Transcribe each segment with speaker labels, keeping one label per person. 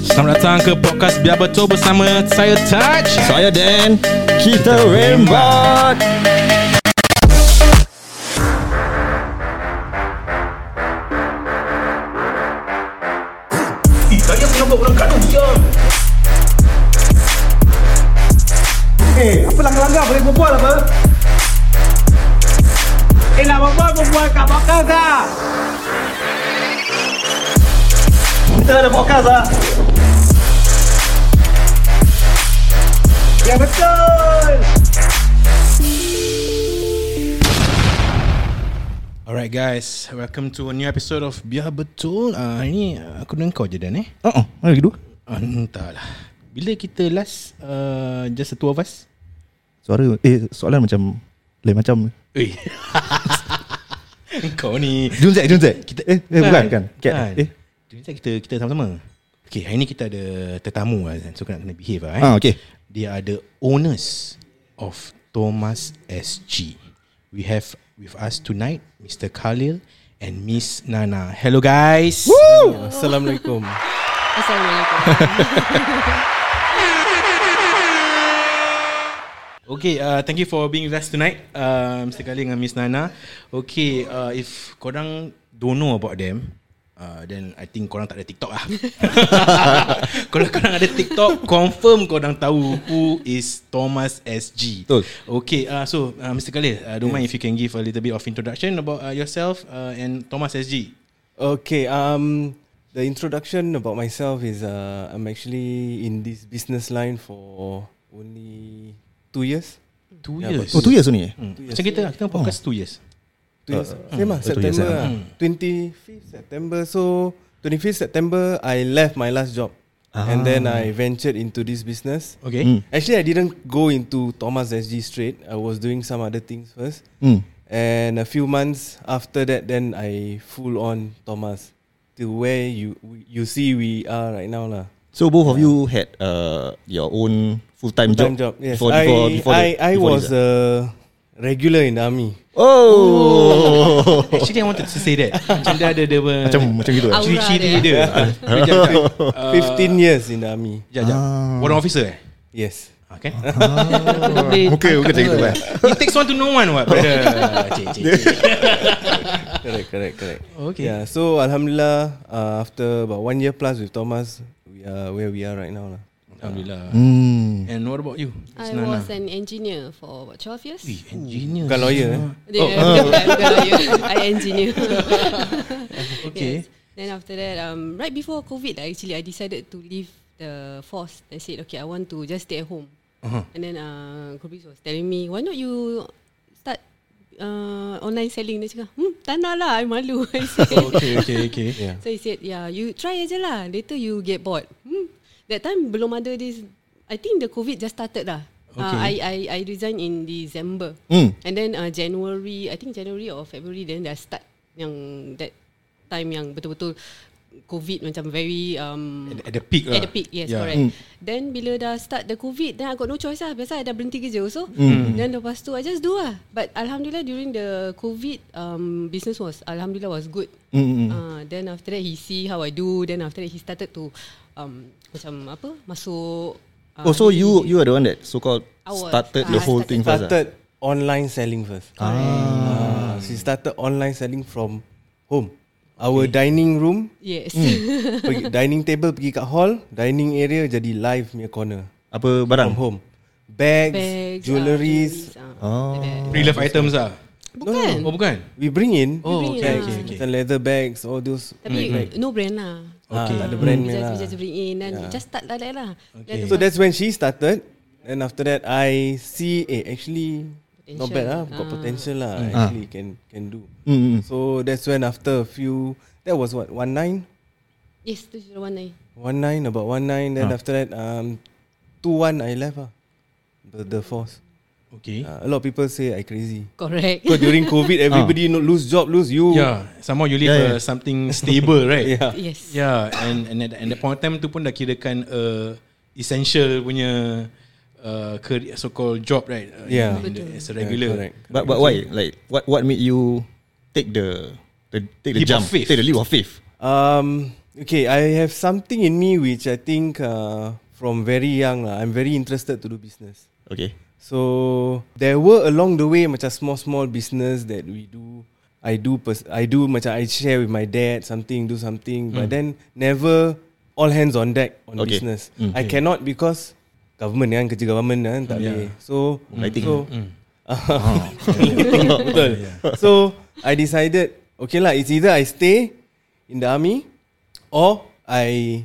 Speaker 1: Selamat datang ke podcast Biar Betul bersama saya Touch
Speaker 2: Saya Dan Kita rembat
Speaker 3: Saya mengambil orang kat dia
Speaker 4: Eh, apa langgar-langgar boleh berbual apa? Eh, nak berbual berbual kat podcast lah. Kita ada podcast lah. Ya betul.
Speaker 1: Alright guys, welcome to a new episode of Biar Betul uh, Hari ni uh, aku dengan kau je Dan eh
Speaker 2: Oh, mana kedua?
Speaker 1: uh, Entahlah Bila kita last uh, just the two of us
Speaker 2: Suara Eh soalan macam Lain macam
Speaker 1: Ui Kau ni
Speaker 2: Jun Zek Jun Zek kita, Eh, eh bukan
Speaker 5: Kan?
Speaker 2: bukan Cat Eh
Speaker 1: Jadi Kan. kita, kita sama-sama Okay, hari ni kita ada tetamu lah Zan. So kena, kena behave lah eh
Speaker 2: Ah, okay.
Speaker 1: Dia ada owners of Thomas SG We have with us tonight Mr. Khalil and Miss Nana Hello guys Woo! Assalamualaikum Okay, uh, thank you for being with us tonight, uh, Mr. Khalil dengan Miss Nana. Okay, uh, if korang don't know about them, uh, then I think korang tak ada TikTok lah. Kalau korang ada TikTok, confirm korang tahu who is Thomas SG.
Speaker 2: Betul.
Speaker 1: Okay, uh, so uh, Mr. Khalil, uh, don't mind if you can give a little bit of introduction about uh, yourself uh, and Thomas SG.
Speaker 5: Okay, um, the introduction about myself is uh, I'm actually in this business line for only two years.
Speaker 1: Two
Speaker 5: Yeah,
Speaker 1: years.
Speaker 2: Oh, tu ya Sony eh?
Speaker 1: Hmm. Macam kita lah, kita podcast two years.
Speaker 5: Two years. Same
Speaker 2: Uh,
Speaker 5: lah,
Speaker 2: two years,
Speaker 5: September.
Speaker 2: yeah.
Speaker 5: lah. 25th September. So 25th September, I left my last job.
Speaker 2: Ah.
Speaker 5: And then I ventured into this business.
Speaker 1: Okay.
Speaker 2: Hmm.
Speaker 5: Actually, I didn't go into Thomas SG straight. I was doing some other things first.
Speaker 2: Hmm.
Speaker 5: And a few months after that, then I full on Thomas to where you you see we are right now lah.
Speaker 2: So both of you had uh, your own full-time job,
Speaker 5: Time job. Yes,
Speaker 2: before,
Speaker 5: I
Speaker 2: before, before
Speaker 5: I,
Speaker 2: the,
Speaker 5: I
Speaker 2: before
Speaker 5: was
Speaker 2: this,
Speaker 5: a regular in the army.
Speaker 2: Oh,
Speaker 1: Actually, I wanted to say that. Macam dia ada dia punya-
Speaker 2: macam macam gitu. eh?
Speaker 1: ciri-ciri dia. Dia jap, jap. Uh,
Speaker 5: Fifteen years in the army.
Speaker 1: Jap, jap. Warrant officer eh?
Speaker 5: Yes.
Speaker 1: Ah, Kan? Okay.
Speaker 2: Muka muka macam gitu kan.
Speaker 1: It takes one to know one what brother. Cik, cik, cik.
Speaker 5: Correct. Correct. Correct.
Speaker 1: Okay.
Speaker 5: Yeah. So Alhamdulillah, uh, after about one year plus with Thomas, we are where we are right now lah.
Speaker 1: Alhamdulillah.
Speaker 2: Hmm.
Speaker 1: And what about you?
Speaker 6: I
Speaker 1: Nana.
Speaker 6: was an engineer for about 12 years.
Speaker 1: lah. Ui, Oh, engineer.
Speaker 5: Bukan lawyer, eh?
Speaker 6: Dia, bukan, bukan lawyer. I engineer.
Speaker 1: Okay.
Speaker 6: Yes. Then after that, um, right before COVID, lah, actually, I decided to leave the force. I said, okay, I want to just stay at home.
Speaker 1: Uh-huh.
Speaker 6: And then uh, Kubis was telling me, why not you start uh, online selling? Dia cakap, hmm, tak nak lah, I malu. I said,
Speaker 1: Okay, okay, okay.
Speaker 5: Yeah.
Speaker 6: So he said, yeah, you try aja lah. Later you get bored. Hmm. That time belum ada this. I think the COVID just started lah. Okay. Uh, I
Speaker 1: Okay.
Speaker 6: I I resigned in December.
Speaker 2: Hmm.
Speaker 6: And then uh, January, I think January or February then dah start yang that time yang betul-betul COVID macam very um
Speaker 1: At, at the peak lah.
Speaker 6: At the peak, yes, yeah. correct. Then bila dah start the COVID, then I got no choice lah. Biasa I dah berhenti kerja also. Mm. Then lepas tu, I just do lah. But Alhamdulillah during the COVID, um, business was, Alhamdulillah was good. Mm. Uh, then after that, he see how I do. Then after that, he started to, um, macam apa, masuk. Uh,
Speaker 2: Oh, so you you are the one that so called
Speaker 6: I was.
Speaker 2: started the
Speaker 6: Ah,
Speaker 2: whole
Speaker 6: started.
Speaker 2: thing first. ah?
Speaker 5: Started online selling first. Ah. she started online selling from home. Our dining room,
Speaker 6: Yes.
Speaker 5: pergi, dining table pergi kat hall, dining area jadi live punya corner
Speaker 2: Apa barang?
Speaker 5: from home. Bags,
Speaker 6: Bags, ah,
Speaker 5: jewelleries,
Speaker 6: Uh,
Speaker 2: Oh.
Speaker 1: Pre-love items lah.
Speaker 6: Bukan.
Speaker 1: Oh, bukan?
Speaker 5: we bring in.
Speaker 1: Oh,
Speaker 6: bring
Speaker 1: okay, okay,
Speaker 6: in, ah.
Speaker 1: okay.
Speaker 5: Macam leather bags, all those.
Speaker 6: Tapi no brand lah.
Speaker 5: Okay. Ah, tak ada
Speaker 6: Uh,
Speaker 5: brand
Speaker 6: we
Speaker 5: ni
Speaker 6: just,
Speaker 5: lah.
Speaker 6: we just bring in and yeah. just start like that lah.
Speaker 1: Okay.
Speaker 5: So that's when she started. And after that, I see, eh, actually, not bad lah. Got
Speaker 6: Ah.
Speaker 5: potential lah.
Speaker 1: Mm.
Speaker 5: Actually, can can do.
Speaker 2: Mm, mm.
Speaker 5: So that's when after a few, that was what, one nine?
Speaker 6: Yes, tu je one nine.
Speaker 5: One nine, about one nine.
Speaker 1: Ah.
Speaker 5: Then after that, um, two one, I left lah. The, the force.
Speaker 1: Okay.
Speaker 5: Uh, a lot of people say I crazy.
Speaker 6: Correct.
Speaker 5: Because during COVID, everybody no, lose job, lose you.
Speaker 1: Ah. Yeah, somehow you leave
Speaker 2: Yeah, yeah.
Speaker 1: uh, something stable, right?
Speaker 5: Yeah.
Speaker 6: Yes.
Speaker 1: Yeah, Ya, and and at, and the point of time tu pun dah kirakan uh, essential punya uh, career, so-called job, right? Uh,
Speaker 5: Yeah.
Speaker 1: in- in the- as a
Speaker 5: Ya. Yeah,
Speaker 1: regular.
Speaker 5: correct.
Speaker 2: But but why? Like what what made you take the the take the
Speaker 1: Leap of
Speaker 2: jump,
Speaker 1: faith.
Speaker 2: take the leap of faith?
Speaker 5: Um, Okay, I have something in me which I think uh, from very young, lah, I'm very interested to do business.
Speaker 2: Okay.
Speaker 5: So there were along the way macam small small business that we do. I do pers- I do macam I share with my dad something do something mm. but then never all hands on deck
Speaker 2: Okay.
Speaker 5: on okay. Hmm. business. Mm. I cannot because government kan kerja government kan tak
Speaker 1: Yeah.
Speaker 5: boleh. So
Speaker 2: Lighting.
Speaker 5: so
Speaker 1: Ah.
Speaker 5: betul. So I decided okay lah it's either I stay in the army or I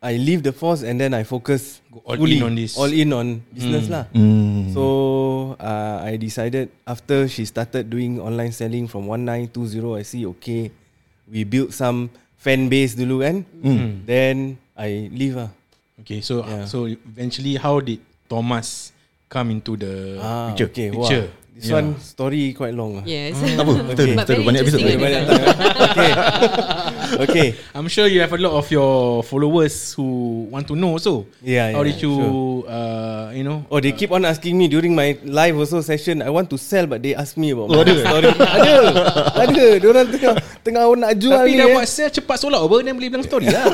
Speaker 5: I leave the force and then I focus
Speaker 1: Go all
Speaker 5: fully
Speaker 1: in on this. Hmm.
Speaker 5: all in on business lah.
Speaker 2: Mm.
Speaker 5: So uh, I decided after she started doing online selling from 1920, I see okay, we built some fan base dulu kan.
Speaker 1: Hmm.
Speaker 5: Mm. Then I leave ah.
Speaker 1: Okay, so
Speaker 5: Yeah.
Speaker 1: so eventually, how did Thomas come into the
Speaker 5: ah
Speaker 1: picture?
Speaker 5: Okay,
Speaker 1: picture.
Speaker 5: Wow. This yeah. one story quite long ah.
Speaker 6: Yes.
Speaker 2: Tak Hmm. apa. Kita
Speaker 5: Okay.
Speaker 6: But
Speaker 2: kita
Speaker 6: very
Speaker 2: banyak episode.
Speaker 6: interesting
Speaker 5: Banyak
Speaker 6: kan?
Speaker 5: time. okay. okay.
Speaker 1: I'm sure you have a lot of your followers who want to know. So,
Speaker 5: Yeah,
Speaker 1: how
Speaker 5: yeah,
Speaker 1: did you, uh, you know?
Speaker 5: Oh, they keep on asking me during my live also session. I want to sell, but they ask me about my
Speaker 2: Oh, ada?
Speaker 5: story. ada, ada. Diorang tengah tengah nak jual
Speaker 1: Tapi
Speaker 5: ni.
Speaker 1: dah
Speaker 5: eh.
Speaker 1: buat sale cepat sold out apa Then boleh bilang story lah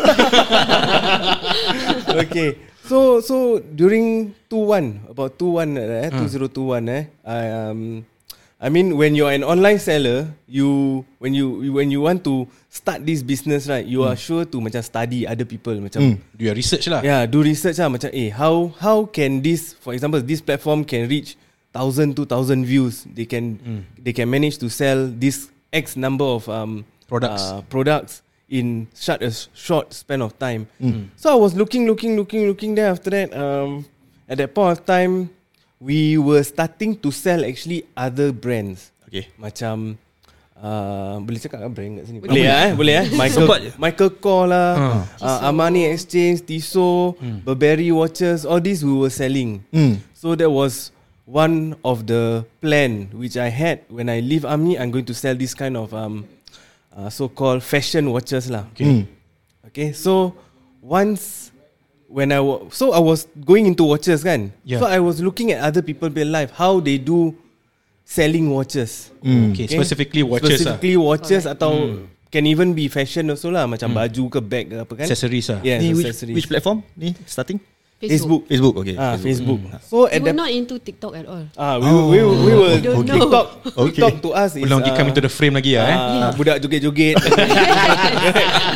Speaker 5: okay. So so during 21 about 21 eh
Speaker 2: Hmm.
Speaker 5: 2021 eh I um I mean when you're an online seller you when you you- when you want to start this business right you
Speaker 2: Hmm.
Speaker 5: are sure to macam study other people macam
Speaker 1: Do your research lah
Speaker 5: yeah do research lah macam eh how how can this for example this platform can reach 1000 2000 views they can they can manage to sell this x number of um
Speaker 1: Products.
Speaker 5: uh, products in such a s- short span of time. So I was looking, looking, looking, looking. Then after that, um, at that point of time, we were starting to sell actually other brands.
Speaker 2: Okay.
Speaker 5: Macam uh, boleh cakap kan brand kat sini?
Speaker 6: Boleh.
Speaker 5: lah eh, boleh eh. Michael,
Speaker 2: Sempat je.
Speaker 5: Michael Kors lah, uh, Armani Exchange, Tissot, Burberry watches, all these we were selling.
Speaker 2: Mm.
Speaker 5: So that was one of the plan which I had when I leave army. I'm going to sell this kind of um, uh, so-called fashion watches lah.
Speaker 2: Mm.
Speaker 5: Okay, so once when I was so I was going into watches kan.
Speaker 1: Yeah.
Speaker 5: So I was looking at other people their life how they do selling watches.
Speaker 1: Okay, specifically watches lah
Speaker 5: Specifically watches atau can even be fashion also lah macam baju ke bag ke apa kan.
Speaker 1: Accessories lah
Speaker 5: Yes,
Speaker 2: Ni which,
Speaker 5: accessories.
Speaker 2: which platform? Ni starting?
Speaker 5: Facebook.
Speaker 2: Facebook. Okay.
Speaker 5: Ah, Facebook.
Speaker 1: Hmm.
Speaker 5: So
Speaker 6: You
Speaker 5: at
Speaker 6: were
Speaker 5: that
Speaker 6: not into TikTok at all.
Speaker 5: Ah, we, we, we were
Speaker 6: don't know.
Speaker 5: TikTok.
Speaker 2: Okay.
Speaker 5: TikTok to us is
Speaker 1: Belum
Speaker 5: ah,
Speaker 1: uh, come into the frame lagi lah eh
Speaker 5: Ah, budak joget-joget.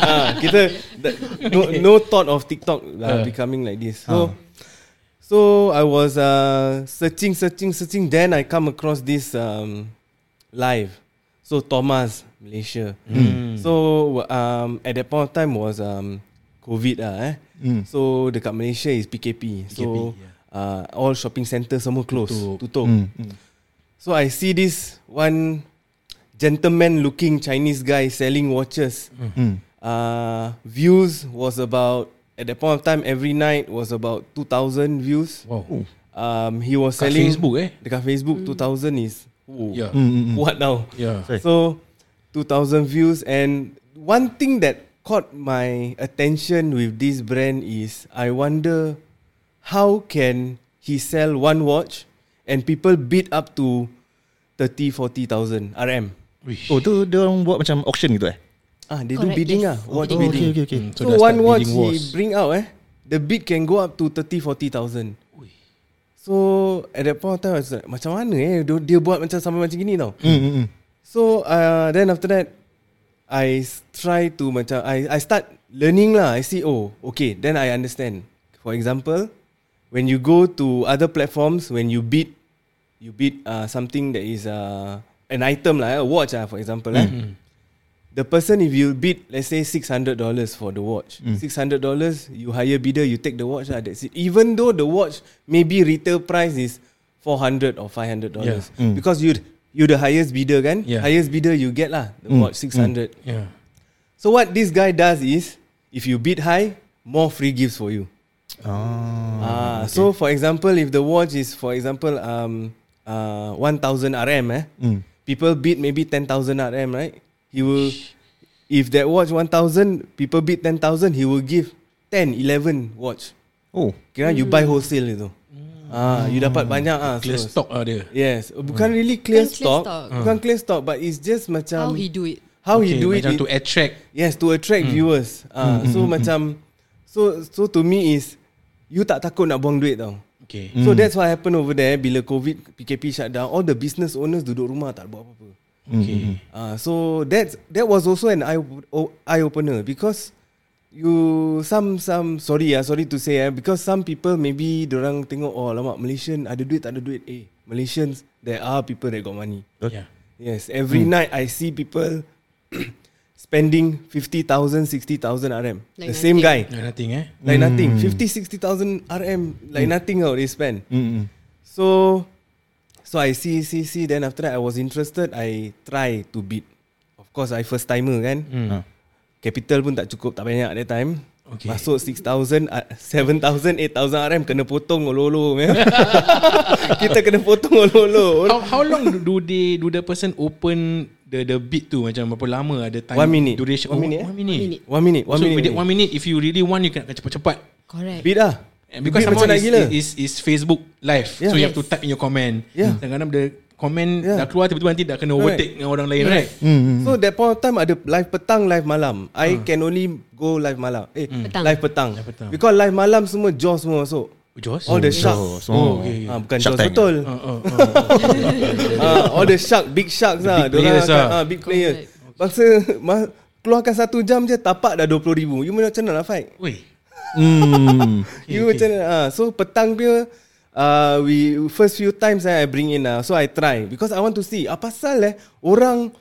Speaker 5: ah, kita that- no, no thought of TikTok uh, becoming like this. So so I was uh, searching, searching, searching. Then I come across this um, live. So Thomas Malaysia. So um, at that point of time was um, COVID lah eh. So dekat Malaysia is PKP. So uh, all shopping centre semua close, tutup. So I see this one gentleman looking Chinese guy selling watches. Uh, views was about at that point of time every night was about 2000 views.
Speaker 1: Wow
Speaker 5: Um, he was
Speaker 1: Kat
Speaker 5: selling
Speaker 1: Facebook eh
Speaker 5: dekat Facebook 2000 is oh,
Speaker 1: Yeah
Speaker 5: what now?
Speaker 1: Yeah
Speaker 2: Sorry.
Speaker 5: So 2000 views and one thing that caught my attention with this brand is I wonder how can he sell one watch and people bid up to 30 40,000 RM.
Speaker 1: Wish.
Speaker 2: Oh tu dia orang buat macam auction gitu eh?
Speaker 5: Ah they do
Speaker 6: Correct,
Speaker 5: bidding ah
Speaker 6: yes.
Speaker 5: watch
Speaker 2: Oh, okay,
Speaker 5: bidding.
Speaker 2: okay, okay.
Speaker 1: Mm,
Speaker 5: So,
Speaker 1: dah start
Speaker 5: one watch
Speaker 1: bidding
Speaker 5: he
Speaker 1: wars.
Speaker 5: bring out eh, the bid can go up to 30 40,000. So at that point of time I was like, macam mana eh dia, dia buat macam sampai macam gini tau.
Speaker 2: Mm, mm, mm.
Speaker 5: So uh, then after that, I s- try to macam I I start learning lah. I see oh okay then I understand. For example, when you go to other platforms, when you bid, you bid uh, something that is uh, an item lah, eh, a watch ah for example lah.
Speaker 2: Mm-hmm.
Speaker 5: The person if you bid let's say six hundred dollars for the watch,
Speaker 2: Mm.
Speaker 5: six hundred dollars you hire bidder you take the watch lah. That's it. Even though the watch maybe retail price is four hundred or five hundred dollars
Speaker 2: Yeah. Mm.
Speaker 5: because you you the highest bidder kan,
Speaker 1: Yeah.
Speaker 5: highest bidder you get lah the watch six hundred.
Speaker 1: Yeah
Speaker 5: So what this guy does is if you bid high, more free gifts for you.
Speaker 2: Ah.
Speaker 5: Ah, so for example, if the watch is for example um uh one thousand RM, eh,
Speaker 2: Mm.
Speaker 5: people bid maybe ten thousand RM, right? He will, if that watch one thousand, people bid ten thousand, he will give 10, 11 watch.
Speaker 2: Oh.
Speaker 5: Kira you buy wholesale itu. Ah, you dapat banyak ah.
Speaker 1: Clear
Speaker 5: so-
Speaker 1: stock lah dia
Speaker 5: Yes, bukan really clear
Speaker 6: Bukan clear
Speaker 5: stock,
Speaker 6: stock.
Speaker 5: bukan clear stock, but it's just macam
Speaker 6: How he do it?
Speaker 5: how how he Oh, do it
Speaker 1: macam
Speaker 5: in-
Speaker 1: to attract Hmm.
Speaker 5: Yes, to attract mm. viewers. Ah, mm. so mm. macam so so to me is you tak takut nak buang duit tau.
Speaker 1: Okay
Speaker 5: Mm. So that's what happened over there bila COVID PKP shut down all the business owners duduk rumah tak buat apa-apa.
Speaker 1: Okay
Speaker 5: Ah, so that's that was also an eye eye opener because you some some sorry ah sorry to say ah because some people maybe orang tengok oh lama Malaysian ada duit tak ada duit eh Malaysians there are people that got money.
Speaker 1: Yeah
Speaker 5: Yes, every
Speaker 1: Hmm.
Speaker 5: night I see people spending 50,000, 60,000 RM.
Speaker 6: Like
Speaker 5: the same guy.
Speaker 6: nothing.
Speaker 1: No, nothing eh
Speaker 5: Like nothing. 50, 60,000 RM, like
Speaker 1: Hmm.
Speaker 5: nothing how they spend. So, so I see, see, see. Then after that, I was interested. I try to bid. Of course, I first timer kan.
Speaker 1: Hmm.
Speaker 5: Capital pun tak cukup, tak banyak that time.
Speaker 1: Okay.
Speaker 5: Masuk 6,000, ah, 7,000, 8,000 RM kena potong olo-olo. man. Kita kena potong olo-olo.
Speaker 1: How, how long do- do they do the person open the the bid tu macam berapa lama ada time
Speaker 5: One minute.
Speaker 1: duration Oh,
Speaker 5: One minute, eh?
Speaker 1: one minute.
Speaker 6: One minute.
Speaker 5: One minute, one
Speaker 1: so
Speaker 5: minute.
Speaker 1: within one minute if you really want you can akan cepat-cepat
Speaker 6: Correct.
Speaker 5: Bid lah.
Speaker 1: And because
Speaker 5: Bid
Speaker 1: somehow
Speaker 5: macam nak
Speaker 1: is,
Speaker 5: gila.
Speaker 1: is, is Facebook live yeah.
Speaker 5: Yeah.
Speaker 1: so you have to
Speaker 6: Yes.
Speaker 1: type in your comment Hmm.
Speaker 5: Yeah.
Speaker 1: kadang-kadang the comment
Speaker 5: Yeah. Hmm.
Speaker 1: dah keluar tiba-tiba nanti dah kena
Speaker 5: Correct.
Speaker 1: overtake dengan orang lain right
Speaker 5: So that point of time ada live petang, live malam. I can only go live malam. Eh,
Speaker 6: Petang.
Speaker 5: live petang.
Speaker 1: Live petang.
Speaker 5: Because live malam semua jaw semua masuk.
Speaker 1: Joss
Speaker 5: All the shark.
Speaker 2: Oh, so
Speaker 1: Oh, okay.
Speaker 5: Ah, bukan
Speaker 2: Shark
Speaker 5: jaws
Speaker 2: Tank.
Speaker 5: betul.
Speaker 1: uh, uh, uh.
Speaker 5: Ah, all the shark, big sharks lah.
Speaker 1: big players
Speaker 5: Dorang akan-
Speaker 1: lah.
Speaker 5: ah, big player. Bangsa ma- keluarkan satu jam je tapak dah 20,000. You macam mana nak lah fight?
Speaker 1: Weh
Speaker 2: Hmm.
Speaker 5: You macam mana? ah, so petang dia uh, we first few times eh, I bring in lah. So I try because I want to see apa pasal eh orang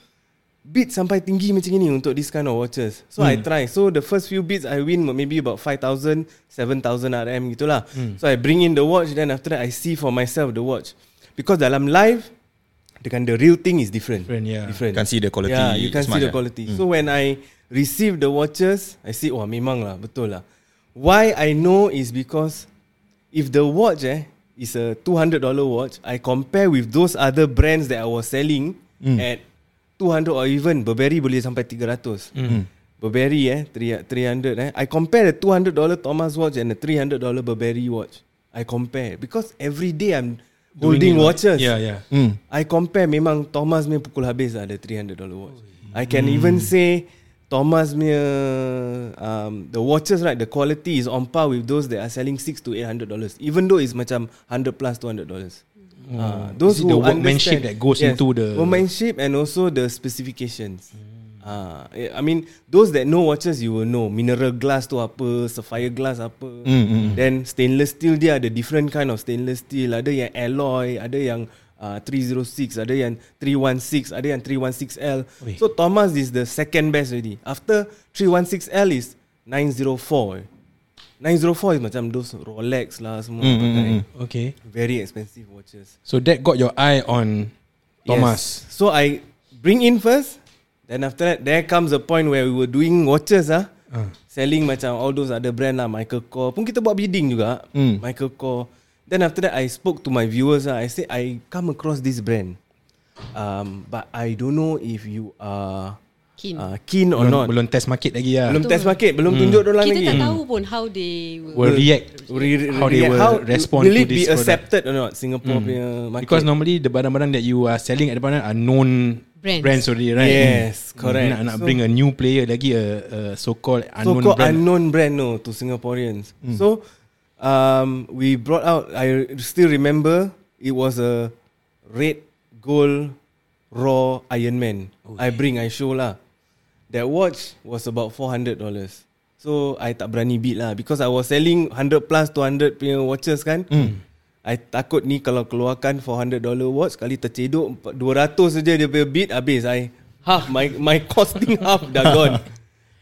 Speaker 5: bid sampai tinggi macam ni untuk this kind of watches. So
Speaker 1: Hmm.
Speaker 5: I try. So the first few bids I win maybe about 5000 7000 RM gitulah. lah.
Speaker 1: Hmm.
Speaker 5: So I bring in the watch then after that I see for myself the watch. Because dalam live dengan the real thing is different.
Speaker 1: Different, yeah.
Speaker 5: Different.
Speaker 2: Can see the quality
Speaker 5: Yeah, you can
Speaker 2: smart,
Speaker 5: see the
Speaker 2: eh?
Speaker 5: quality. So when I receive the watches, I see, wah memang lah, betul lah. Why I know is because if the watch eh is a $200 watch, I compare with those other brands that I was selling at 200 or even Burberry boleh sampai 300. Burberry eh, three- 300 eh. I compare the $200 Thomas watch and the $300 Burberry watch. I compare because every day I'm
Speaker 1: it,
Speaker 5: holding
Speaker 1: right?
Speaker 5: watches.
Speaker 1: Yeah, yeah.
Speaker 5: Mm. I compare memang Thomas punya pukul habis lah, ada $300 watch. I can
Speaker 1: Hmm.
Speaker 5: even say Thomas punya um, the watches right the quality is on par with those that are selling 6 to 800 dollars even though it's macam 100 plus 200 dollars. Uh, those
Speaker 1: Hmm. Is it the
Speaker 5: who
Speaker 1: workmanship
Speaker 5: understand-
Speaker 1: that goes into the-
Speaker 5: workmanship and also the specifications. Ah, eh, I mean those that know watches you will know mineral glass tu apa, sapphire glass
Speaker 1: Mm,
Speaker 5: apa. Then stainless steel dia ada different kind of stainless steel, ada yang alloy, ada yang uh, 306, ada yang 316, ada yang 316L.
Speaker 1: Oi.
Speaker 5: So Thomas is the second best already. After 316L is 904. 904 is macam those Rolex lah semua
Speaker 1: Mm,
Speaker 5: pakai.
Speaker 1: Okay
Speaker 5: Very expensive watches.
Speaker 1: So that got your eye on Thomas
Speaker 5: Yes. So I bring in first. Then after that, there comes a point where we were doing watches ah. Uh. Selling macam all those other brand lah. Michael Kors. Pun kita buat bidding juga.
Speaker 1: Hmm.
Speaker 5: Mm. Michael Kors. Then after that, I spoke to my viewers ah. I said, I come across this brand. Um, but I don't know if you are
Speaker 6: Keen.
Speaker 5: uh, keen or
Speaker 1: belum,
Speaker 5: not.
Speaker 1: belum test market lagi lah
Speaker 5: Belum test market. Belum tunjuk orang
Speaker 6: Kita
Speaker 5: lagi. Hmm.
Speaker 6: tak tahu pun how they will.
Speaker 1: Will react
Speaker 5: Re-
Speaker 1: How they
Speaker 5: react.
Speaker 1: will respond
Speaker 5: will
Speaker 1: to
Speaker 5: it be
Speaker 1: this product Hmm.
Speaker 5: accepted or not Singapore punya market
Speaker 1: Because normally the barang-barang that you are selling at the moment are known brands,
Speaker 6: Brands.
Speaker 1: brands already, right? Mm.
Speaker 5: Yes, correct.
Speaker 1: Nak, nak
Speaker 5: So-
Speaker 1: bring a new player lagi a, a so-called unknown brand.
Speaker 5: so-called
Speaker 1: Hmm.
Speaker 5: unknown brand no to Singaporeans. So um, we brought out. I still remember it was a red gold raw Iron Man. I bring, I show lah. That watch was about four hundred dollars. So I tak berani bid lah because I was selling 100 plus 200 punya watches kan.
Speaker 1: Hmm.
Speaker 5: I takut ni kalau keluarkan 400 dollar watch kali tercedok 400 200 saja dia punya bid habis I
Speaker 1: Ha.
Speaker 5: half my my costing half dah gone.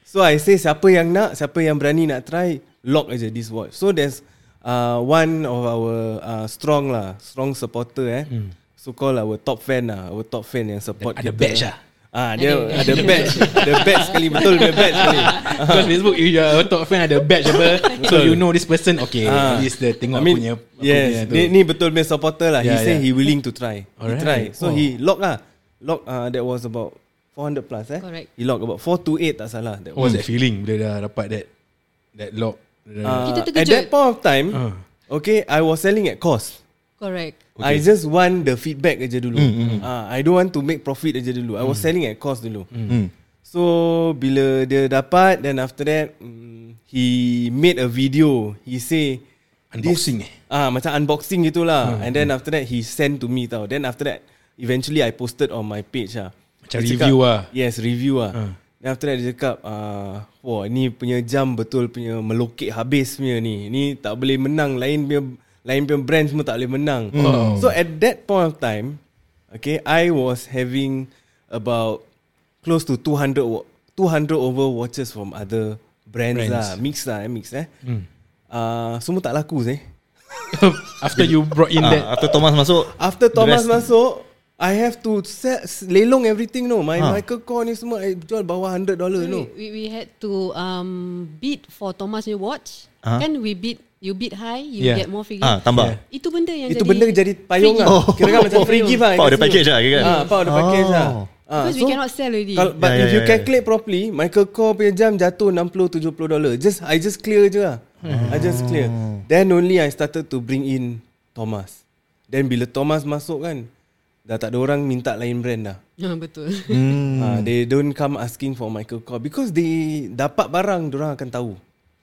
Speaker 5: So I say siapa yang nak, siapa yang berani nak try, lock aja this watch. So there's uh, one of our uh, strong lah, strong supporter eh. Hmm. So called our top fan lah, our top fan yang support
Speaker 1: Ada
Speaker 5: kita.
Speaker 1: badge lah.
Speaker 5: Ah, dia
Speaker 6: Ada-
Speaker 5: ada badge. the badge sekali betul, the badge sekali.
Speaker 1: Because
Speaker 5: Uh-huh.
Speaker 1: Facebook you are a top fan ada badge apa. so you know this person okay,
Speaker 5: Ah.
Speaker 1: uh, is the tengok
Speaker 5: I
Speaker 1: aku
Speaker 5: mean,
Speaker 1: punya. aku punya
Speaker 5: Yes,
Speaker 1: tu.
Speaker 5: dia, ni betul punya supporter lah.
Speaker 1: Yeah,
Speaker 5: Yeah, he say
Speaker 1: yeah.
Speaker 5: he willing to try.
Speaker 1: Alright. Oh.
Speaker 5: He try. So
Speaker 1: Wow.
Speaker 5: he lock lah. Lock uh, that was about 400 plus eh.
Speaker 6: Correct.
Speaker 5: He lock about 428 tak salah. That
Speaker 1: What's that feeling bila dah dapat that that lock? Uh,
Speaker 6: Kita
Speaker 5: Uh,
Speaker 6: terkejut.
Speaker 5: At that point of time,
Speaker 1: Ah.
Speaker 5: okay, I was selling at cost.
Speaker 6: Correct.
Speaker 5: Okay. mm, I just Ah, want the feedback aja dulu. Mm, I don't want to make profit aja dulu. I was selling at cost dulu. So bila dia dapat Then after that mm, He made a video He say
Speaker 1: Unboxing
Speaker 5: this,
Speaker 1: eh?
Speaker 5: Ah, Macam unboxing gitulah hmm. And then after that He send to me tau Then after that Eventually I posted on my page lah
Speaker 1: Macam
Speaker 5: Dia
Speaker 1: review lah.
Speaker 5: Yes review lah hmm. Then after that dia cakap uh, Wah ni punya jam betul punya Melokek habis punya ni Ni tak boleh menang Lain punya Lain punya brand semua tak boleh menang hmm. So at that point of time Okay I was having About close to 200 wa- 200 over watches from other brands, brands. lah mix lah eh mix eh mm. uh, semua tak laku seh
Speaker 1: After you brought
Speaker 5: Uh,
Speaker 1: in that
Speaker 2: Ah, after Thomas masuk
Speaker 5: after Thomas
Speaker 2: the rest-
Speaker 5: masuk I have to sell, s- lelong everything no my
Speaker 2: Ah.
Speaker 5: huh. Michael Kors ni semua I jual bawah 100 dollar no
Speaker 6: We, we, we had to um, bid for Thomas new watch.
Speaker 2: Ah.
Speaker 6: Uh-huh. Kan we bid, you bid high, you
Speaker 1: Yeah.
Speaker 6: yeah. get more free gift.
Speaker 2: Ah, tambah.
Speaker 1: Yeah.
Speaker 6: Itu benda yang
Speaker 5: itu
Speaker 6: jadi
Speaker 5: benda jadi payung
Speaker 6: free
Speaker 5: lah
Speaker 6: gift.
Speaker 5: oh. kira kan macam free gift lah
Speaker 2: Part of
Speaker 5: kat
Speaker 2: the package
Speaker 5: situ.
Speaker 2: lah, kira kan?
Speaker 5: ah, part of the package
Speaker 2: Oh. Ya,
Speaker 5: lah Ah,
Speaker 6: Because we cannot sell already.
Speaker 5: Kalau,
Speaker 2: Yeah,
Speaker 5: but yeah, if
Speaker 2: yeah,
Speaker 5: you
Speaker 2: yeah,
Speaker 5: calculate properly, Michael Kors punya jam jatuh 60 70 dollar. Just I just clear je lah. I just clear.
Speaker 2: Hmm.
Speaker 5: Then only I started to bring in Thomas. Then bila Thomas masuk kan, dah tak ada orang minta lain brand dah.
Speaker 6: Ya, betul.
Speaker 5: Hmm. Uh, they don't come asking for Michael Kors because they dapat barang, orang akan tahu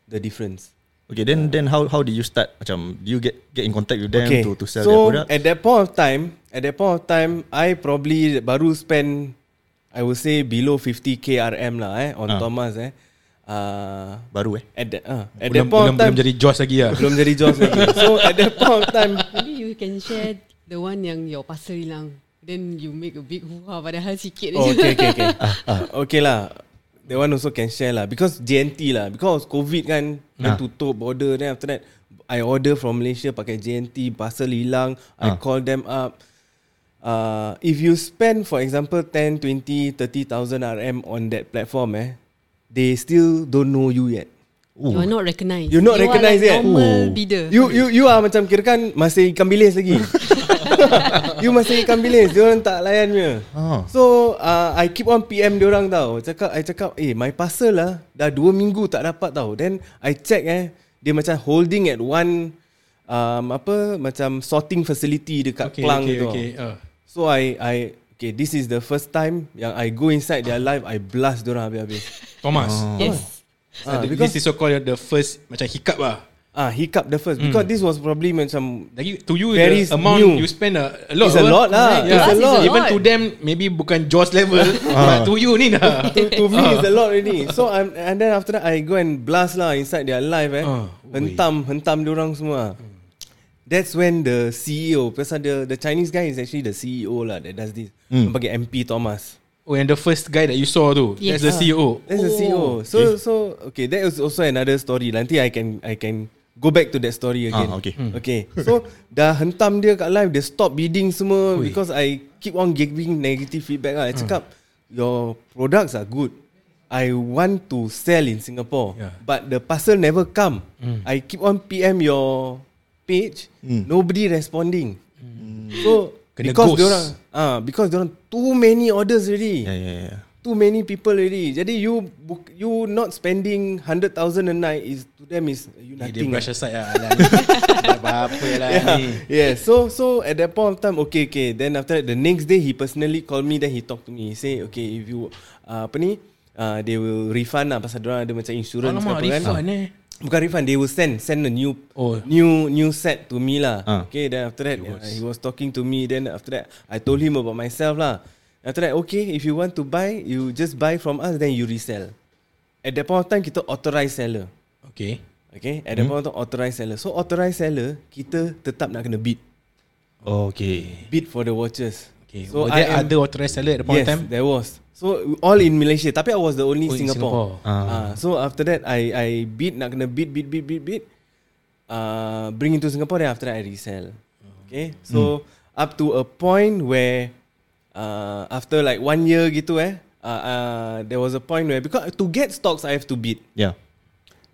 Speaker 5: the difference.
Speaker 2: Okay, then then how how did you start? Macam do you get get in contact with them
Speaker 5: Okay.
Speaker 2: to to sell
Speaker 5: so
Speaker 2: their product?
Speaker 5: at that point of time, at that point of time, I probably baru spend, I would say below 50 KRM lah eh on
Speaker 2: Ah.
Speaker 5: Thomas eh. Uh,
Speaker 2: Baru eh?
Speaker 5: At that, uh, at
Speaker 1: belum,
Speaker 5: that point
Speaker 1: belum,
Speaker 5: of time
Speaker 1: belum jadi Joss lagi lah
Speaker 5: belum jadi Joss lagi. So at that point of time
Speaker 6: Maybe you can share the one yang your parcel hilang. Then you make a big hoo-ha padahal sikit
Speaker 5: oh,
Speaker 6: je.
Speaker 5: okay okay okay. okay lah. That one also can share lah because JNT lah because COVID kan nah. tutup border then after that I order from Malaysia pakai JNT parcel hilang I call them up uh, if you spend for example 10 20 30,000 RM on that platform eh they still don't know you yet
Speaker 6: You are not recognised.
Speaker 5: You're not
Speaker 6: you
Speaker 5: recognised
Speaker 6: are like
Speaker 5: yet.
Speaker 6: normal
Speaker 2: Ooh.
Speaker 6: bidder.
Speaker 5: You you you are macam kira kan masih ikan bilis lagi. you masih ikan bilis, dia orang tak layan punya.
Speaker 2: Ah.
Speaker 5: So uh, I keep on PM dia orang tau. Cakap I cakap, "Eh, my parcel lah dah 2 minggu tak dapat tau." Then I check eh, dia macam holding at one um, apa macam sorting facility dekat okay, Klang
Speaker 1: okay,
Speaker 5: tu.
Speaker 1: okay.
Speaker 5: Okay.
Speaker 1: Uh.
Speaker 5: So I I okay, this is the first time yang I go inside their live, I blast dia orang habis-habis.
Speaker 1: Thomas
Speaker 5: Oh.
Speaker 6: Yes.
Speaker 1: uh,
Speaker 5: Ah, because
Speaker 1: This is so called the first Macam hiccup lah
Speaker 5: ah hiccup the
Speaker 1: Mm.
Speaker 5: first because this was probably macam
Speaker 1: Lagi to you Very
Speaker 5: Very
Speaker 1: the amount
Speaker 5: new.
Speaker 1: you spend uh, a, a lot
Speaker 5: It's a
Speaker 1: apa?
Speaker 5: lot lah.
Speaker 1: yeah.
Speaker 6: To us, it's a lot.
Speaker 1: Even to them Maybe bukan Jaws level But to you ni dah Ah.
Speaker 5: to, to me it's a lot already. So I'm and then after that I go and blast lah inside their live eh.
Speaker 1: Ah,
Speaker 5: Uh,
Speaker 1: wait.
Speaker 5: hentam hentam orang semua. That's when the CEO, pasal the the Chinese guy is actually the CEO lah that does this. Mm. Bagi MP Thomas.
Speaker 1: Oh and the first guy That you saw tu
Speaker 6: Yes.
Speaker 1: That's the E CEO
Speaker 5: Ah. That's the CEO.
Speaker 1: Oh.
Speaker 5: So okay. so okay, that is also another story. Nanti I can I can go back to that story again.
Speaker 1: Hmm.
Speaker 2: Ah, okay.
Speaker 5: Okay. So dah hentam dia kat live, dia stop bidding semua Ui. because I keep on giving negative feedback
Speaker 1: Hmm.
Speaker 5: lah. I cakap your products are good. I want to sell in Singapore,
Speaker 1: Yeah. Hmm.
Speaker 5: but the parcel never come. I keep on PM your page,
Speaker 2: Hmm.
Speaker 5: nobody responding. So
Speaker 1: Kena
Speaker 5: because
Speaker 1: ghost.
Speaker 5: diorang, ah because diorang too many orders already
Speaker 2: Yeah, yeah, yeah.
Speaker 5: too many people already. Jadi you book, you not spending 100,000 a night is to them is you
Speaker 1: Eh, Dia
Speaker 5: nothing.
Speaker 1: brush aside lah Alah, ni. Tak Apa-apa lah ni
Speaker 5: yeah, so so at that point of time, okay, okay. Then after that, the next day he personally call me, then he talk to me. He say, okay, if you uh, apa ni, uh, they will refund lah pasal orang ada macam insurance
Speaker 1: Alamak
Speaker 5: ke apa kan.
Speaker 1: refund eh
Speaker 5: Bukan refund, they will send send a new
Speaker 1: Oh.
Speaker 5: new new set to me lah.
Speaker 2: Ah.
Speaker 5: Okay, then after that he was. he was talking to me. Then after that, I told him about myself lah. After that, okay, if you want to buy, you just buy from us, then you resell. At that point of time, kita authorized seller.
Speaker 1: Okay
Speaker 5: Okay, at that point of time, authorized seller. So authorized seller, kita tetap nak kena bid.
Speaker 1: Okay
Speaker 5: Bid for the watches.
Speaker 1: Okay
Speaker 5: so
Speaker 1: Were
Speaker 5: I
Speaker 1: there
Speaker 5: am,
Speaker 1: other authorized seller At the point
Speaker 5: yes, Kan?
Speaker 1: of time
Speaker 5: there was. So all in Malaysia, tapi I was the only
Speaker 1: Oh, in Singapore.
Speaker 5: Singapore. Ah. so after that, I I bid nak kena bid bid bid bid bid. Uh, bring into Singapore then after that I resell. Okay, so up to a point where uh, after like one year gitu eh, uh, uh, there was a point where because to get stocks I have to bid.
Speaker 2: Yeah.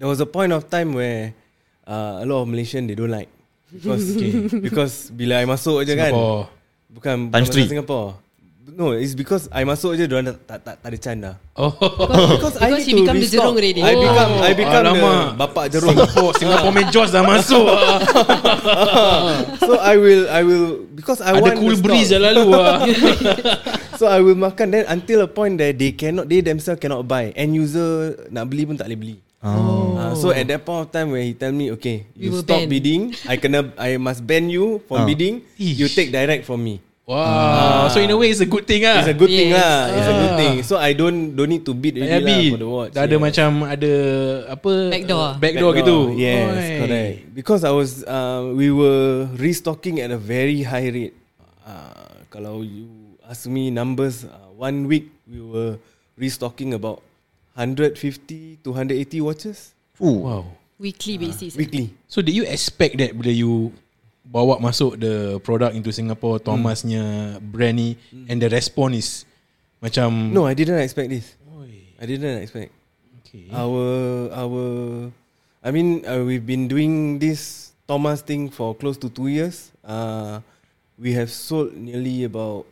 Speaker 5: There was a point of time where uh, a lot of Malaysian they don't like because because bila I masuk je kan.
Speaker 1: Singapore
Speaker 5: Bukan
Speaker 2: Times
Speaker 5: bukan
Speaker 2: three.
Speaker 5: pasal Singapore. No, it's because I masuk je diorang tak tak tak, tak ada canda.
Speaker 1: Oh
Speaker 5: Because,
Speaker 6: Because you become the jerung already.
Speaker 5: I
Speaker 6: Oh.
Speaker 5: become I become
Speaker 1: Alamak.
Speaker 5: the bapak jerung.
Speaker 1: Singapore Oh, Singapore main Jaws dah masuk
Speaker 5: so I will I will because I
Speaker 1: Ada
Speaker 5: want
Speaker 1: cool lah.
Speaker 5: the stock.
Speaker 1: breeze dah lalu ah.
Speaker 5: So I will makan then until a point that they cannot they themselves cannot buy. End user nak beli pun tak boleh beli. Oh. Uh, so at that point of time when he tell me, okay,
Speaker 6: We
Speaker 5: you
Speaker 6: will
Speaker 5: stop
Speaker 6: ban.
Speaker 5: bidding. I kena, I must ban you from
Speaker 2: Ah.
Speaker 5: bidding. You
Speaker 1: Ish.
Speaker 5: take direct from me.
Speaker 1: Wow. So in a way it's a good thing ah.
Speaker 5: It's a good yes. thing
Speaker 6: Yes.
Speaker 5: lah. It's a good
Speaker 1: Ah.
Speaker 5: thing. So I don't don't need to bid
Speaker 1: Tak
Speaker 5: really
Speaker 1: payah
Speaker 5: lah
Speaker 1: bid.
Speaker 5: for the watch.
Speaker 1: Dah ada macam ada apa
Speaker 6: Backdoor.
Speaker 1: uh, backdoor, gitu.
Speaker 5: Yes,
Speaker 1: Oi.
Speaker 5: correct. Because I was, uh, we were restocking at a very high rate. Uh, kalau you ask me numbers, uh, one week we were restocking about 150 to 180 watches
Speaker 2: Ooh.
Speaker 1: Wow.
Speaker 6: Weekly basis.
Speaker 5: weekly.
Speaker 1: So did you expect that bila you bawa masuk the product into Singapore
Speaker 5: Hmm.
Speaker 1: Thomasnya brand ni and the response is macam
Speaker 5: No, I didn't expect this.
Speaker 1: Oi, Eh?
Speaker 5: I didn't expect.
Speaker 1: okay.
Speaker 5: Our our, I mean, uh, we've been doing this Thomas thing for close to two years. Uh, we have sold nearly about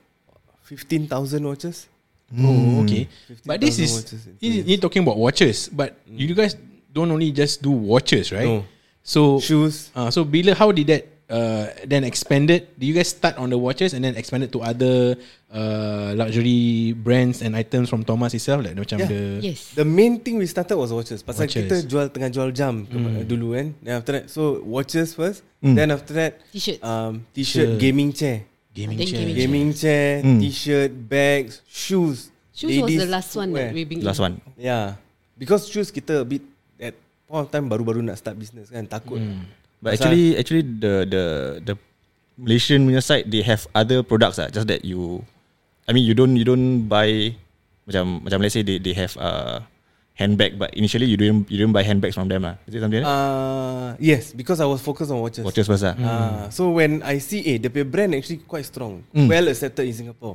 Speaker 5: fifteen thousand watches.
Speaker 1: Oh, okay.
Speaker 5: 50,000
Speaker 1: But this is
Speaker 5: Hmm. watches in two
Speaker 1: you
Speaker 5: years.
Speaker 1: you talking about watches, but you guys don't only just do watches, right?
Speaker 5: No.
Speaker 1: So
Speaker 5: Shoes.
Speaker 1: uh, so bila how did that uh, then expanded? Do you guys start on the watches and then expanded to other uh, luxury brands and items from Thomas itself like macam
Speaker 5: Yeah.
Speaker 1: the
Speaker 6: Yes.
Speaker 5: The main thing we started was watches. Pasal
Speaker 1: Watches.
Speaker 5: kita jual tengah jual jam mm. dulu kan. Then after that, so watches first. Then after that,
Speaker 6: T-shirts.
Speaker 5: um, Hmm.
Speaker 1: Shirt.
Speaker 5: t-shirt, gaming chair,
Speaker 1: gaming
Speaker 6: Then
Speaker 1: chair.
Speaker 6: gaming
Speaker 5: gaming chair, Hmm.
Speaker 2: Mm.
Speaker 5: t-shirt, bags, shoes.
Speaker 6: Shoes was
Speaker 5: Ladies
Speaker 6: the last one
Speaker 5: footwear.
Speaker 6: that we bring. in.
Speaker 2: Last one.
Speaker 5: Yeah. Because shoes kita a bit at point of time baru-baru nak start business kan takut. Mm.
Speaker 2: But actually actually the the the Malaysian punya side they have other products ah just that you I mean you don't you don't buy macam macam let's say they they have uh handbag but initially you don't you don't buy handbags from them lah. Is it something like that?
Speaker 5: Uh, yes, because I was focused on watches.
Speaker 2: Watches first ah.
Speaker 5: Ah, so when I see eh, the brand actually quite strong,
Speaker 2: Hmm.
Speaker 5: well accepted in Singapore.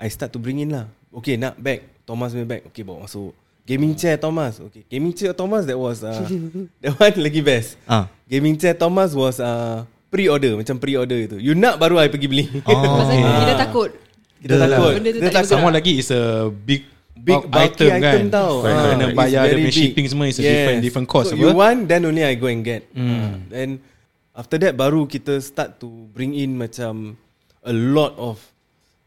Speaker 5: I start to bring in lah. Okay, nak bag Thomas punya bag. Okay, bawa masuk. Gaming chair Thomas. Okay, gaming chair Thomas that was uh, that one lagi best.
Speaker 2: Ah.
Speaker 5: Gaming chair Thomas was uh, pre-order macam pre-order itu. You nak baru I pergi beli. Ah,
Speaker 2: Oh.
Speaker 6: Pasal kita takut.
Speaker 5: Kita takut.
Speaker 6: Benda
Speaker 5: Kita
Speaker 6: tu tak boleh
Speaker 5: takut.
Speaker 1: Sama lagi is a big
Speaker 5: Big
Speaker 1: bulk
Speaker 5: bulky item, item
Speaker 1: kan.
Speaker 5: tau
Speaker 2: Correct,
Speaker 5: Ah,
Speaker 2: correct.
Speaker 1: Kena
Speaker 5: it's
Speaker 1: bayar dia
Speaker 5: very
Speaker 1: punya
Speaker 5: big.
Speaker 1: shipping semua It's a different different cost
Speaker 5: So
Speaker 1: apa?
Speaker 5: you
Speaker 1: Hmm.
Speaker 5: want Then only I go and get Ah, Then After that baru kita start to Bring in macam A lot of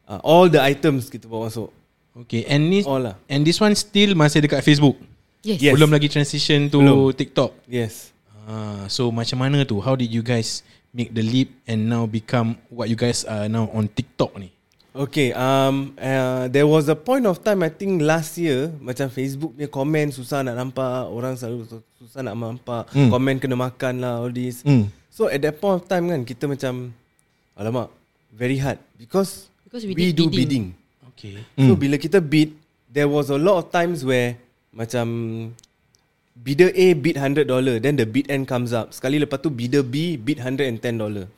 Speaker 5: uh, All the items Kita bawa masuk
Speaker 1: Okay and ni
Speaker 5: All lah.
Speaker 1: And this one still Masih dekat Facebook
Speaker 5: Yes.
Speaker 6: Yes.
Speaker 1: Belum lagi transition to
Speaker 5: Belum.
Speaker 1: TikTok
Speaker 5: Yes
Speaker 1: Ah, so macam mana tu? How did you guys make the leap and now become what you guys are now on TikTok ni?
Speaker 5: Okay um, uh, There was a point of time I think last year Macam Facebook punya komen Susah nak nampak Orang selalu su- susah nak nampak mm. Komen kena makan lah All this
Speaker 2: Mm.
Speaker 5: So at that point of time kan Kita macam Alamak Very hard Because
Speaker 6: Because we did
Speaker 5: do bidding.
Speaker 6: bidding.
Speaker 1: Okay.
Speaker 5: So bila kita bid There was a lot of times where Macam Bidder A bid $100 Then the bid N comes up Sekali lepas tu bidder B bid $110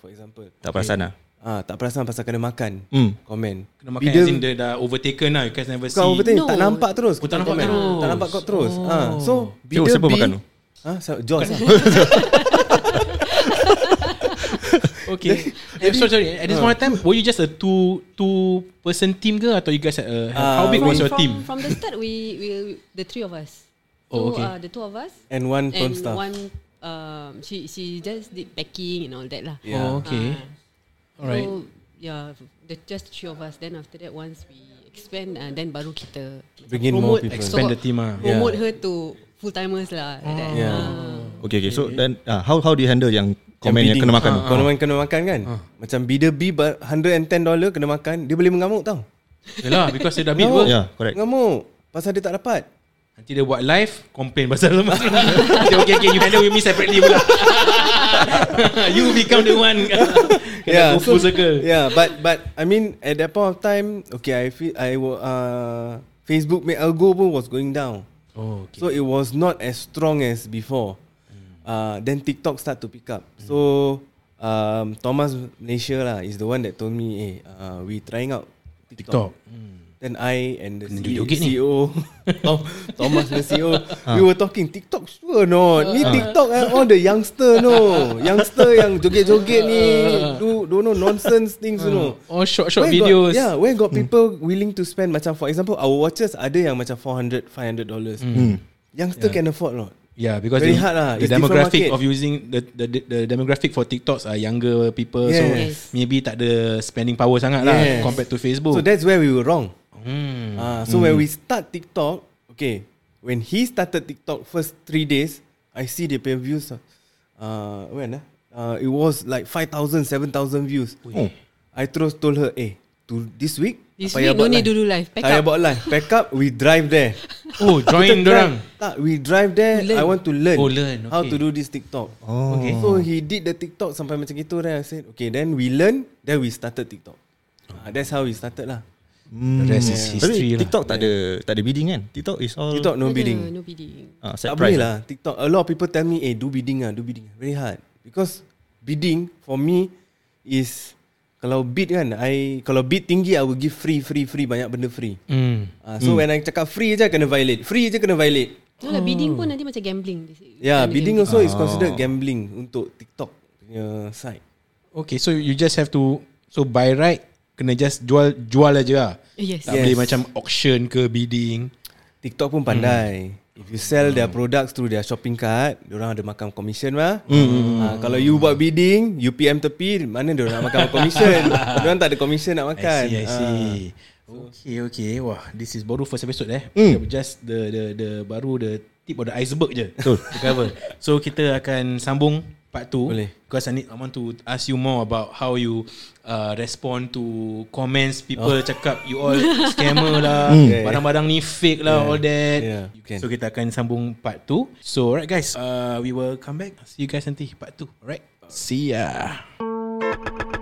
Speaker 5: For example
Speaker 2: Tak perasan ah.
Speaker 5: ah, Tak perasan pasal kena makan
Speaker 2: Mm.
Speaker 5: Comment
Speaker 1: Kena makan as in dia dah overtaken lah. You guys never
Speaker 5: Bukan
Speaker 1: see.
Speaker 5: overtake,
Speaker 6: No.
Speaker 5: tak nampak terus
Speaker 1: Oh, tak
Speaker 5: kita
Speaker 1: nampak
Speaker 5: comment.
Speaker 1: terus.
Speaker 5: Tak nampak kau terus oh. ah, So
Speaker 2: Siapa-
Speaker 5: bidder
Speaker 2: siapa
Speaker 5: B
Speaker 2: makan tu?
Speaker 5: Ah, siapa? Josh lah
Speaker 1: Okay. I'm so sorry. At this point of time, were you just a two two person team ke atau you guys had a,
Speaker 5: Ah,
Speaker 1: how big
Speaker 6: From,
Speaker 1: was your
Speaker 6: from,
Speaker 1: team?
Speaker 6: From the start, we, we the three of us.
Speaker 1: Oh,
Speaker 6: so,
Speaker 1: okay.
Speaker 6: Uh, the two of us
Speaker 5: And one
Speaker 6: and
Speaker 5: perm staff
Speaker 6: one um, she she just did packing and all that lah.
Speaker 5: Yeah.
Speaker 1: Oh, okay.
Speaker 6: Ah.
Speaker 1: Alright.
Speaker 6: So yeah, the just three of us. Then after that, once we expand, uh, then baru kita
Speaker 5: Bring in more people.
Speaker 1: Expand the team ah.
Speaker 5: Yeah.
Speaker 6: Promote her to full timers lah. like that.
Speaker 5: Oh. Yeah.
Speaker 6: Ah.
Speaker 2: Okay, okay. So then uh, how how do you handle yang komen yang, kena makan tu?
Speaker 5: Komen kena makan kan Macam bidder B ba- $110 kena makan Dia boleh mengamuk tau
Speaker 1: Yalah, because dia dah bid
Speaker 5: Ngamuk.
Speaker 1: work.
Speaker 2: Yeah, correct.
Speaker 5: Ngamuk Pasal dia tak dapat
Speaker 1: Nanti dia buat live, complain pasal lemak. okay, okay, okay. You handle with me separately pula. you become the one. Kena go full circle.
Speaker 5: Yeah, but but I mean at that point of time, okay, I feel I wa- uh, Facebook made algo pun was going down,
Speaker 1: Oh,
Speaker 5: so it was not as strong as before.
Speaker 1: Hmm.
Speaker 5: Uh, then TikTok start to pick up. So um, Thomas Malaysia lah is the one that told me, hey, uh, we trying out
Speaker 1: TikTok.
Speaker 5: TikTok. Hmm. Then I and the
Speaker 1: Kena
Speaker 5: C-
Speaker 1: joget ni. Ha.
Speaker 5: CEO Tom- Thomas the CEO We were talking TikTok sure no Ni TikTok eh, All the youngster no Youngster yang joget-joget ni Do don't know nonsense things you know
Speaker 1: Oh, short-short
Speaker 5: Where
Speaker 1: videos.
Speaker 5: got, Yeah where got
Speaker 1: Hmm.
Speaker 5: people Willing to
Speaker 6: Hmm.
Speaker 5: spend Macam for example Our watches ada yang macam 400 500 dollars Youngster can afford not
Speaker 1: Hmm. Yeah, because
Speaker 5: Very
Speaker 1: the,
Speaker 5: hard lah.
Speaker 1: the
Speaker 5: It's different
Speaker 1: demographic
Speaker 5: market.
Speaker 1: of using the, the the demographic for TikToks are younger people, so
Speaker 5: Yes.
Speaker 1: maybe tak ada spending power sangat
Speaker 5: Yes.
Speaker 1: lah compared to Facebook.
Speaker 5: So that's where we were wrong.
Speaker 1: Hmm.
Speaker 5: Ah, so when we start TikTok, okay, when he started TikTok first three days, I see the pay views. Uh, when ah, uh, it was like 5,000, 7,000 views.
Speaker 1: Hmm.
Speaker 2: Oh.
Speaker 5: I terus told her, eh, to this week,
Speaker 6: This
Speaker 5: tak payah
Speaker 6: week no
Speaker 5: buat kan?
Speaker 6: need to
Speaker 5: live.
Speaker 6: do live. Pack
Speaker 5: tak payah
Speaker 6: up.
Speaker 5: buat live. Pack up, we drive there.
Speaker 1: Oh, join
Speaker 5: Kita drive-
Speaker 1: dorang.
Speaker 5: Tak, we drive there.
Speaker 6: To learn.
Speaker 5: I want to learn,
Speaker 1: Oh, learn,
Speaker 5: how
Speaker 1: okay.
Speaker 5: to do this TikTok.
Speaker 2: Oh.
Speaker 5: Okay. So he did the TikTok sampai macam gitu. Then I said, okay, then we learn. Then we started TikTok.
Speaker 1: Oh.
Speaker 5: Ah, that's how we started lah.
Speaker 1: The rest is history
Speaker 2: Hmm. Tapi
Speaker 1: lah.
Speaker 2: TikTok tak ada tak ada bidding kan? TikTok is
Speaker 1: Oh.
Speaker 2: all
Speaker 5: TikTok no
Speaker 6: Ada,
Speaker 5: bidding.
Speaker 6: No bidding.
Speaker 2: Ah, set
Speaker 5: Tak
Speaker 2: price
Speaker 5: boleh lah TikTok A lot of people tell me Eh do bidding lah Do bidding Very hard Because bidding For me Is Kalau bid kan I Kalau bid tinggi I will give free Free free Banyak benda free
Speaker 1: Hmm.
Speaker 5: uh, So when I cakap free je I kena violate Free je kena violate
Speaker 6: No lah, bidding
Speaker 5: Hmm.
Speaker 6: pun nanti macam gambling.
Speaker 5: Yeah
Speaker 6: Kind of
Speaker 5: Ya, bidding
Speaker 6: gambling.
Speaker 5: also
Speaker 1: Ah.
Speaker 5: Is considered gambling Untuk TikTok punya side
Speaker 1: Okay, so you just have to so by right kena just jual jual aja lah.
Speaker 6: Yes.
Speaker 1: Tak
Speaker 5: Yes.
Speaker 1: boleh macam auction ke bidding.
Speaker 5: TikTok pun pandai
Speaker 1: Hmm.
Speaker 5: If you sell their products Through their shopping cart Diorang ada makan commission lah
Speaker 1: Hmm,
Speaker 5: Ah, Kalau you buat bidding You PM tepi Mana diorang nak makan commission Diorang tak ada commission nak makan
Speaker 1: I see, I
Speaker 5: Ah.
Speaker 1: see. Okay, okay. Wah, this is baru first episode eh.
Speaker 5: Hmm.
Speaker 1: Mm. Just the the the baru the tip of the iceberg je. Betul. To cover. So kita akan sambung part 2
Speaker 5: Boleh.
Speaker 1: because I need I want to ask you more about how you uh, respond to comments people oh. cakap you all scammer lah,
Speaker 5: Yeah,
Speaker 1: barang-barang ni fake lah, all that.
Speaker 5: Hmm. Yeah, you can.
Speaker 1: So kita akan sambung part 2. So alright guys, uh, we will come back. See you guys nanti part 2. Alright. See ya.